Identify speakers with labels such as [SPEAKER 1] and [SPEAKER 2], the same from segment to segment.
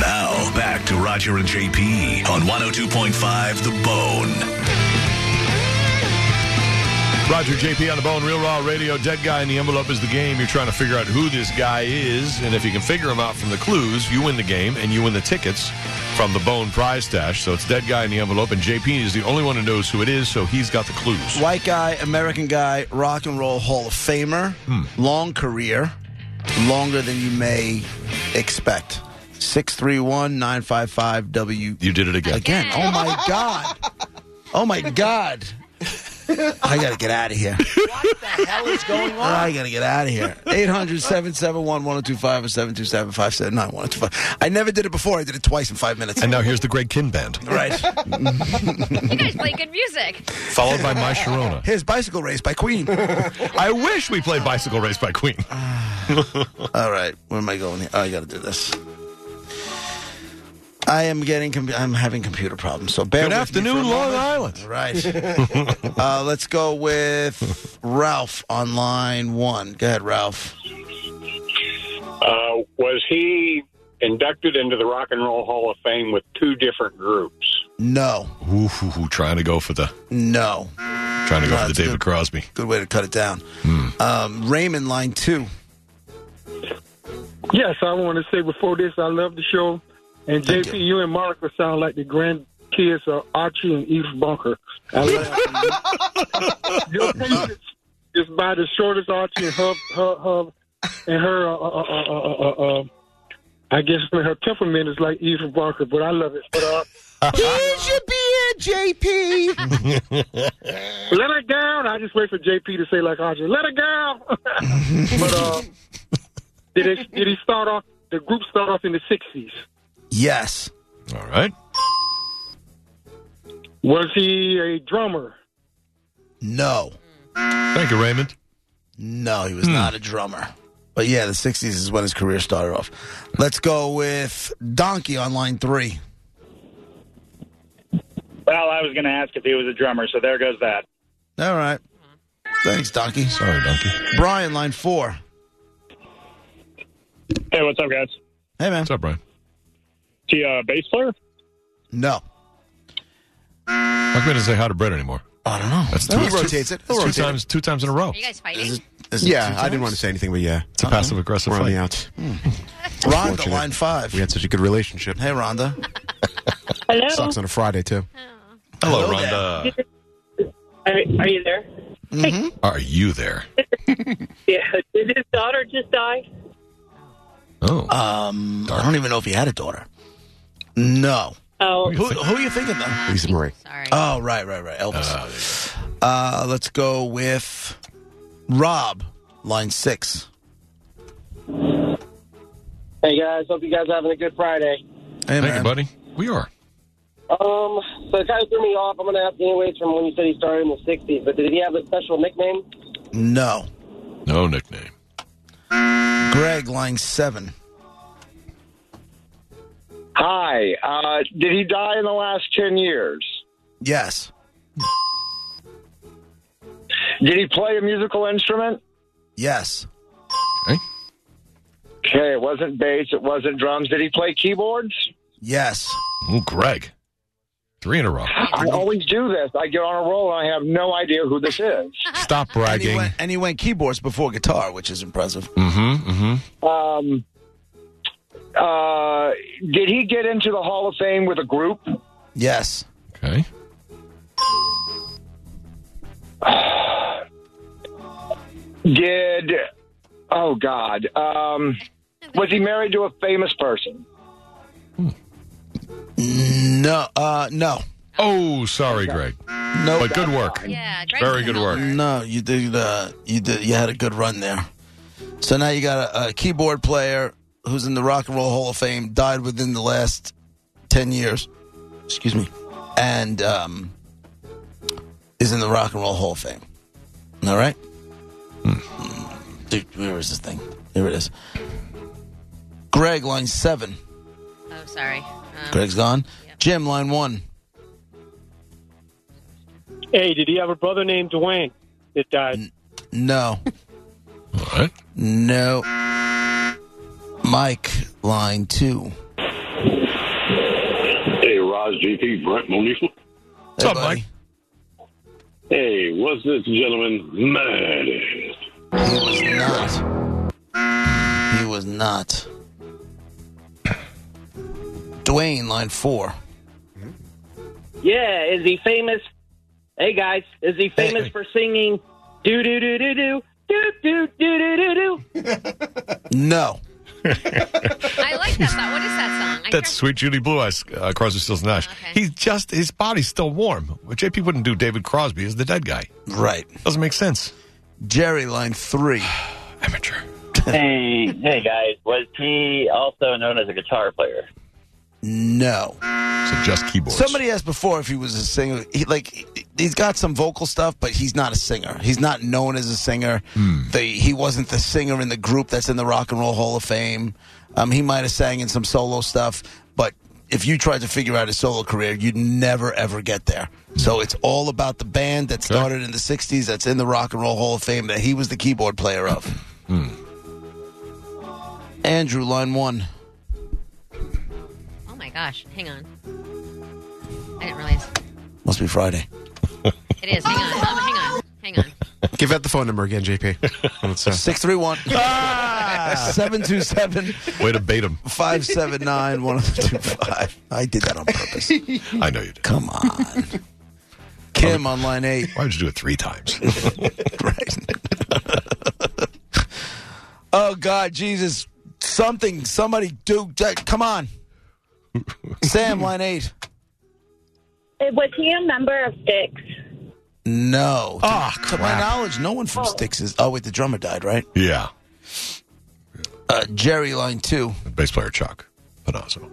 [SPEAKER 1] Now, back to Roger and JP on 102.5 The Bone.
[SPEAKER 2] Roger JP on the Bone, Real Raw Radio. Dead guy in the envelope is the game. You're trying to figure out who this guy is, and if you can figure him out from the clues, you win the game and you win the tickets from the Bone Prize Stash. So it's Dead Guy in the Envelope, and JP is the only one who knows who it is, so he's got the clues.
[SPEAKER 3] White guy, American guy, rock and roll Hall of Famer, long career, longer than you may expect. 631 955 W.
[SPEAKER 2] You did it again.
[SPEAKER 3] Again. Oh my God. Oh my God. I got to get out of here. I got to get out of here. 800 771 1025 or 727 579 1025. I never did it before. I did it twice in five minutes.
[SPEAKER 2] And now here's the Greg Kin Band,
[SPEAKER 3] Right.
[SPEAKER 4] You guys play good music.
[SPEAKER 2] followed by My Sharona.
[SPEAKER 3] Here's Bicycle Race by Queen.
[SPEAKER 2] I wish we played Bicycle Race by Queen.
[SPEAKER 3] All right, where am I going here? Oh, I got to do this. I am getting. Com- I'm having computer problems. So bear
[SPEAKER 2] Good
[SPEAKER 3] with
[SPEAKER 2] afternoon,
[SPEAKER 3] me for a
[SPEAKER 2] Long
[SPEAKER 3] moment.
[SPEAKER 2] Island.
[SPEAKER 3] All Right. uh, let's go with Ralph on line one. Go ahead, Ralph.
[SPEAKER 5] Uh, was he inducted into the Rock and Roll Hall of Fame with two different groups?
[SPEAKER 3] No,
[SPEAKER 2] Ooh, hoo, hoo, trying to go for the
[SPEAKER 3] no.
[SPEAKER 2] trying to go for the
[SPEAKER 3] That's
[SPEAKER 2] David
[SPEAKER 3] good.
[SPEAKER 2] Crosby.
[SPEAKER 3] Good way to cut it down.
[SPEAKER 2] Hmm.
[SPEAKER 3] Um, Raymond, line two.
[SPEAKER 6] Yes, I want to say before this, I love the show. And
[SPEAKER 3] Thank
[SPEAKER 6] JP,
[SPEAKER 3] you.
[SPEAKER 6] you. and Monica sound like the grandkids of Archie and Eve Bunker. I love you. Your patience is by the shortest Archie and her, her, her and her. Uh, uh, uh, uh, uh, uh, I guess her temperament is like Eve Bunker, but I love it. But uh,
[SPEAKER 3] Here's your beer, JP.
[SPEAKER 6] let her down. I just wait for JP to say like Archie, let her down. but uh, did it, did he start off? The group start off in the sixties.
[SPEAKER 3] yes,
[SPEAKER 2] All right.
[SPEAKER 6] Was he a drummer?
[SPEAKER 3] no,
[SPEAKER 2] Thank you, Raymond.
[SPEAKER 3] no. He
[SPEAKER 2] Hmm.
[SPEAKER 3] was not a drummer. But yeah, the '60s is when his career started off. Let's go with Donkey on line three.
[SPEAKER 7] Well, I was going to ask if he was a drummer, so there goes that.
[SPEAKER 3] All right. Thanks, Donkey.
[SPEAKER 2] Sorry, Donkey.
[SPEAKER 3] Brian, line four.
[SPEAKER 7] Hey, what's up, guys?
[SPEAKER 3] Hey, man.
[SPEAKER 2] What's up, Brian?
[SPEAKER 7] The uh, bass player?
[SPEAKER 3] No.
[SPEAKER 2] How come he doesn't say how to bread anymore?
[SPEAKER 3] I don't know.
[SPEAKER 2] That's two,
[SPEAKER 3] No, he rotates it.
[SPEAKER 2] Two,
[SPEAKER 3] It's rotated.
[SPEAKER 2] times, two times in a row.
[SPEAKER 4] Are you guys fighting?
[SPEAKER 3] Is it two
[SPEAKER 8] Yeah, I
[SPEAKER 3] times?
[SPEAKER 8] didn't want to say anything, but yeah,
[SPEAKER 2] It's a passive aggressive
[SPEAKER 8] Uh-huh. we're on
[SPEAKER 2] fight.
[SPEAKER 8] the outs.
[SPEAKER 3] Rhonda,
[SPEAKER 8] Fortunate.
[SPEAKER 3] line five.
[SPEAKER 8] We had such a good relationship.
[SPEAKER 3] Hey, Rhonda.
[SPEAKER 9] Hello.
[SPEAKER 8] Sucks on a Friday too.
[SPEAKER 2] Hello,
[SPEAKER 3] Hello there.
[SPEAKER 2] Rhonda.
[SPEAKER 9] Are, are you there?
[SPEAKER 2] Are you there?
[SPEAKER 9] Yeah. Did his daughter just die?
[SPEAKER 2] Oh,
[SPEAKER 3] Um, I don't even know if he had a daughter. No.
[SPEAKER 9] Oh,
[SPEAKER 3] Who, who are you thinking of?
[SPEAKER 8] Lisa Marie.
[SPEAKER 4] Sorry.
[SPEAKER 3] Oh, right, right, right. Elvis. Uh, let's go with Rob, line six.
[SPEAKER 6] Hey guys, hope you guys are having a good Friday.
[SPEAKER 3] Hey,
[SPEAKER 2] thank
[SPEAKER 3] man.
[SPEAKER 2] you, buddy. We are.
[SPEAKER 6] Um, so it kind of threw me off. I'm going to ask anyways from when you said he started in the '60s, but did he have a special nickname?
[SPEAKER 3] No.
[SPEAKER 2] No nickname.
[SPEAKER 3] Greg, line seven.
[SPEAKER 5] Hi. Uh, did he die in the last 10 years?
[SPEAKER 3] Yes.
[SPEAKER 5] Did he play a musical instrument?
[SPEAKER 3] Yes.
[SPEAKER 2] Okay.
[SPEAKER 5] Okay, it wasn't bass, it wasn't drums. Did he play keyboards?
[SPEAKER 3] Yes.
[SPEAKER 2] Oh, Greg. Three in a row.
[SPEAKER 4] uh,
[SPEAKER 5] I always do this. I get on a roll and I have no idea who this is.
[SPEAKER 2] Stop
[SPEAKER 3] And he,
[SPEAKER 2] bragging.
[SPEAKER 3] went, and he went keyboards before guitar, which is impressive.
[SPEAKER 2] Mm-hmm. Mm-hmm.
[SPEAKER 5] Um, uh, did he get into the Hall of Fame with a group?
[SPEAKER 3] Yes.
[SPEAKER 2] Okay.
[SPEAKER 5] Did. Oh, God. Um, was he married to a famous person?
[SPEAKER 3] No. Uh, no.
[SPEAKER 2] Oh, sorry, Greg.
[SPEAKER 3] No.
[SPEAKER 2] But good work.
[SPEAKER 4] Yeah, Greg
[SPEAKER 2] Very
[SPEAKER 4] was a
[SPEAKER 2] good work.
[SPEAKER 4] helper.
[SPEAKER 3] No, you did. Uh, you did. You had a good run there. So now you got a, a keyboard player who's in the Rock and Roll Hall of Fame died within the last 10 years. Excuse me. And um, is in the Rock and Roll Hall of Fame. All right? Mm. Dude, where is this thing? Here it is. Greg, line seven.
[SPEAKER 4] Oh, sorry. Um,
[SPEAKER 3] Greg's gone. Jim, line one.
[SPEAKER 10] Hey, did he have a brother named Dwayne that died?
[SPEAKER 3] No.
[SPEAKER 2] What?
[SPEAKER 3] No. Mike, line two.
[SPEAKER 11] Hey, Roz, JP, Brent, Monique.
[SPEAKER 3] What's up, Mike?
[SPEAKER 11] Hey, was this gentleman mad?
[SPEAKER 3] He was not. He was not. Dwayne, line four.
[SPEAKER 9] Yeah, is he famous? Hey guys, is he famous for singing do do do do do do do do do do do?
[SPEAKER 3] No.
[SPEAKER 4] I like that song. What is that song? I
[SPEAKER 2] That's Sweet Judy Blue Eyes, uh, Crosby, Stills, and Nash. He's just, his body's still warm. JP wouldn't do David Crosby as the dead guy.
[SPEAKER 3] Right.
[SPEAKER 2] Doesn't make sense.
[SPEAKER 3] Jerry, line three.
[SPEAKER 12] hey, hey guys, was he also known as a guitar player?
[SPEAKER 3] No.
[SPEAKER 2] So just keyboards.
[SPEAKER 3] Somebody asked before if he was a singer. He, like he- he's got some vocal stuff, but he's not a singer. He's not known as a singer. The, he wasn't the singer in the group that's in the Rock and Roll Hall of Fame. Um, he might have sang in some solo stuff, but if you tried to figure out his solo career, you'd never ever get there. So it's all about the band that started in the '60s, that's in the Rock and Roll Hall of Fame, that he was the keyboard player of. Andrew, line one.
[SPEAKER 4] Oh my gosh, hang on. I didn't realize.
[SPEAKER 3] Must be Friday.
[SPEAKER 4] It is. Hang on. Um, hang on. Hang on.
[SPEAKER 8] Give out the phone number again, JP.
[SPEAKER 3] Six three one. Seven two seven.
[SPEAKER 2] Way to bait him.
[SPEAKER 3] Five seven nine one oh two five. I did that on purpose.
[SPEAKER 2] I know you did.
[SPEAKER 3] Come on. Kim on line eight.
[SPEAKER 2] Why'd you do it three times?
[SPEAKER 3] Oh God, Jesus! Something, somebody, do j- come on. Sam, line eight.
[SPEAKER 13] Was he a member of Dix?
[SPEAKER 3] No.
[SPEAKER 2] Ah,
[SPEAKER 3] to, to my knowledge, no one from Styx is. Oh wait, the drummer died, right?
[SPEAKER 2] yeah.
[SPEAKER 3] Uh, Jerry, line two.
[SPEAKER 2] Bass player Chuck Panazzo.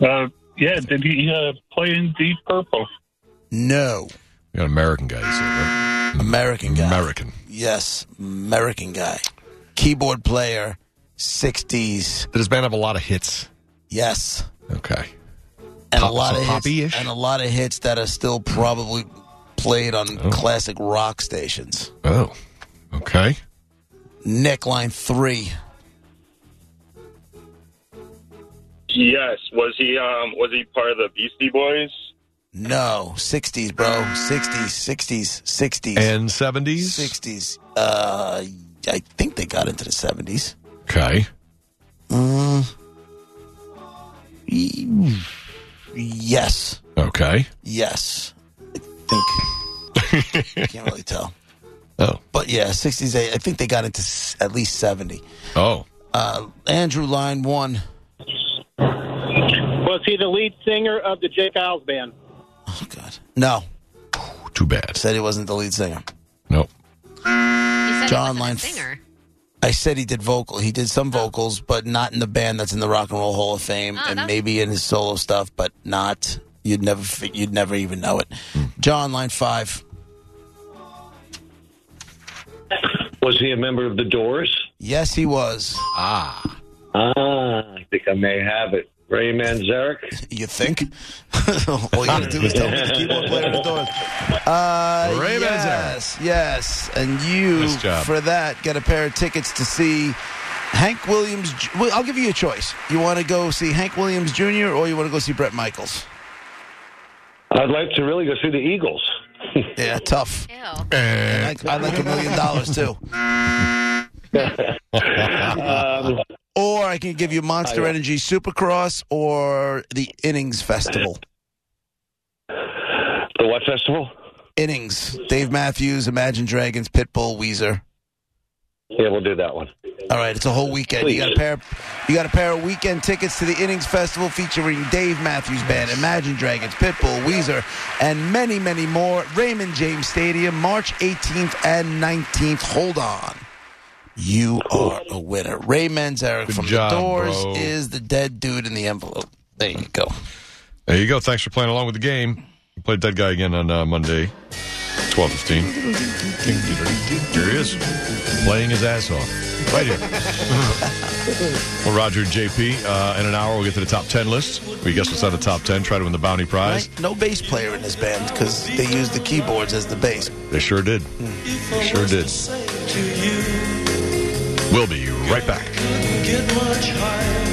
[SPEAKER 7] Uh, yeah, did he uh, play in Deep Purple?
[SPEAKER 3] No.
[SPEAKER 2] You got an American guy, you said, right?
[SPEAKER 3] American guy.
[SPEAKER 2] American.
[SPEAKER 3] Yes, American guy, keyboard player, sixties.
[SPEAKER 2] Did his band have a lot of hits?
[SPEAKER 3] Yes.
[SPEAKER 2] Okay.
[SPEAKER 3] and
[SPEAKER 2] Pop-
[SPEAKER 3] a lot
[SPEAKER 2] so
[SPEAKER 3] of hits,
[SPEAKER 2] poppy-ish?
[SPEAKER 3] and a lot of hits that are still probably played on classic rock stations.
[SPEAKER 2] Oh. Okay.
[SPEAKER 3] Nick line three.
[SPEAKER 7] Yes. Was he um, was he part of the Beastie Boys?
[SPEAKER 3] No, sixties, bro. Sixties, sixties, sixties,
[SPEAKER 2] And 70s?
[SPEAKER 3] sixties. Uh, I think they got into the seventies.
[SPEAKER 2] Okay.
[SPEAKER 3] Uh, e- yes,
[SPEAKER 2] Okay.
[SPEAKER 3] yes. I think I can't really tell,
[SPEAKER 2] Oh.
[SPEAKER 3] but yeah, sixties. I I think they got into s- at least seventy.
[SPEAKER 2] Oh.
[SPEAKER 3] Uh, Andrew line one.
[SPEAKER 10] Was he the lead singer of the Jake Isles band?
[SPEAKER 3] Oh, No,
[SPEAKER 2] Too bad.
[SPEAKER 3] said he wasn't the lead singer.
[SPEAKER 2] Nope.
[SPEAKER 4] He said
[SPEAKER 3] John
[SPEAKER 4] he
[SPEAKER 3] Line-
[SPEAKER 4] was a singer.
[SPEAKER 3] I said he did vocal. He did some vocals, but not in the band that's in the Rock and Roll Hall of Fame,
[SPEAKER 4] Oh,
[SPEAKER 3] and
[SPEAKER 4] that's-
[SPEAKER 3] maybe in his solo stuff, but not. You'd never, fi- you'd never even know it. John, line five.
[SPEAKER 14] Was he a member of the Doors?
[SPEAKER 3] Yes, he was.
[SPEAKER 2] Ah.
[SPEAKER 14] Ah, I think I may have it. Ray Manzarek.
[SPEAKER 3] You think? All you gotta do is tell me the keyboard player at the doors. Uh,
[SPEAKER 14] Ray
[SPEAKER 3] yes, yes, and you
[SPEAKER 2] Nice job.
[SPEAKER 3] for that get a pair of tickets to see Hank Williams. Ju- well, I'll give you a choice. You want to go see Hank Williams Jr. or you want to go see Brett Michaels?
[SPEAKER 14] I'd like to really go see the Eagles.
[SPEAKER 3] Yeah, tough. I'd like- I'd like a million dollars too.
[SPEAKER 14] Um,
[SPEAKER 3] Or I can give you Monster Energy Supercross or the Innings Festival.
[SPEAKER 14] the what festival?
[SPEAKER 3] Innings. Dave Matthews, Imagine Dragons, Pitbull, Weezer.
[SPEAKER 14] Yeah, we'll do that one.
[SPEAKER 3] All right, it's a whole weekend. You got a pair. You got a pair of weekend tickets to the Innings Festival featuring Dave Matthews Band, Imagine Dragons, Pitbull, Weezer, and many, many more. Raymond James Stadium, March 18th and 19th. Hold on. You are a winner. Ray Manzarek
[SPEAKER 2] Good
[SPEAKER 3] from
[SPEAKER 2] job,
[SPEAKER 3] The Doors
[SPEAKER 2] bro.
[SPEAKER 3] is the dead dude in the envelope. There you go.
[SPEAKER 2] There you go. Thanks for playing along with the game. We'll play Dead Guy again on uh, Monday, twelve fifteen. There he is, playing his ass off. Right here. well, Roger and JP, uh, in an hour we'll get to the top 10 list. We guess what's out of the top 10, try to win the bounty prize.
[SPEAKER 3] Right? No bass player in this band because they used the keyboards as the bass.
[SPEAKER 2] They sure did. They sure did. We'll be right back.
[SPEAKER 15] Get much higher.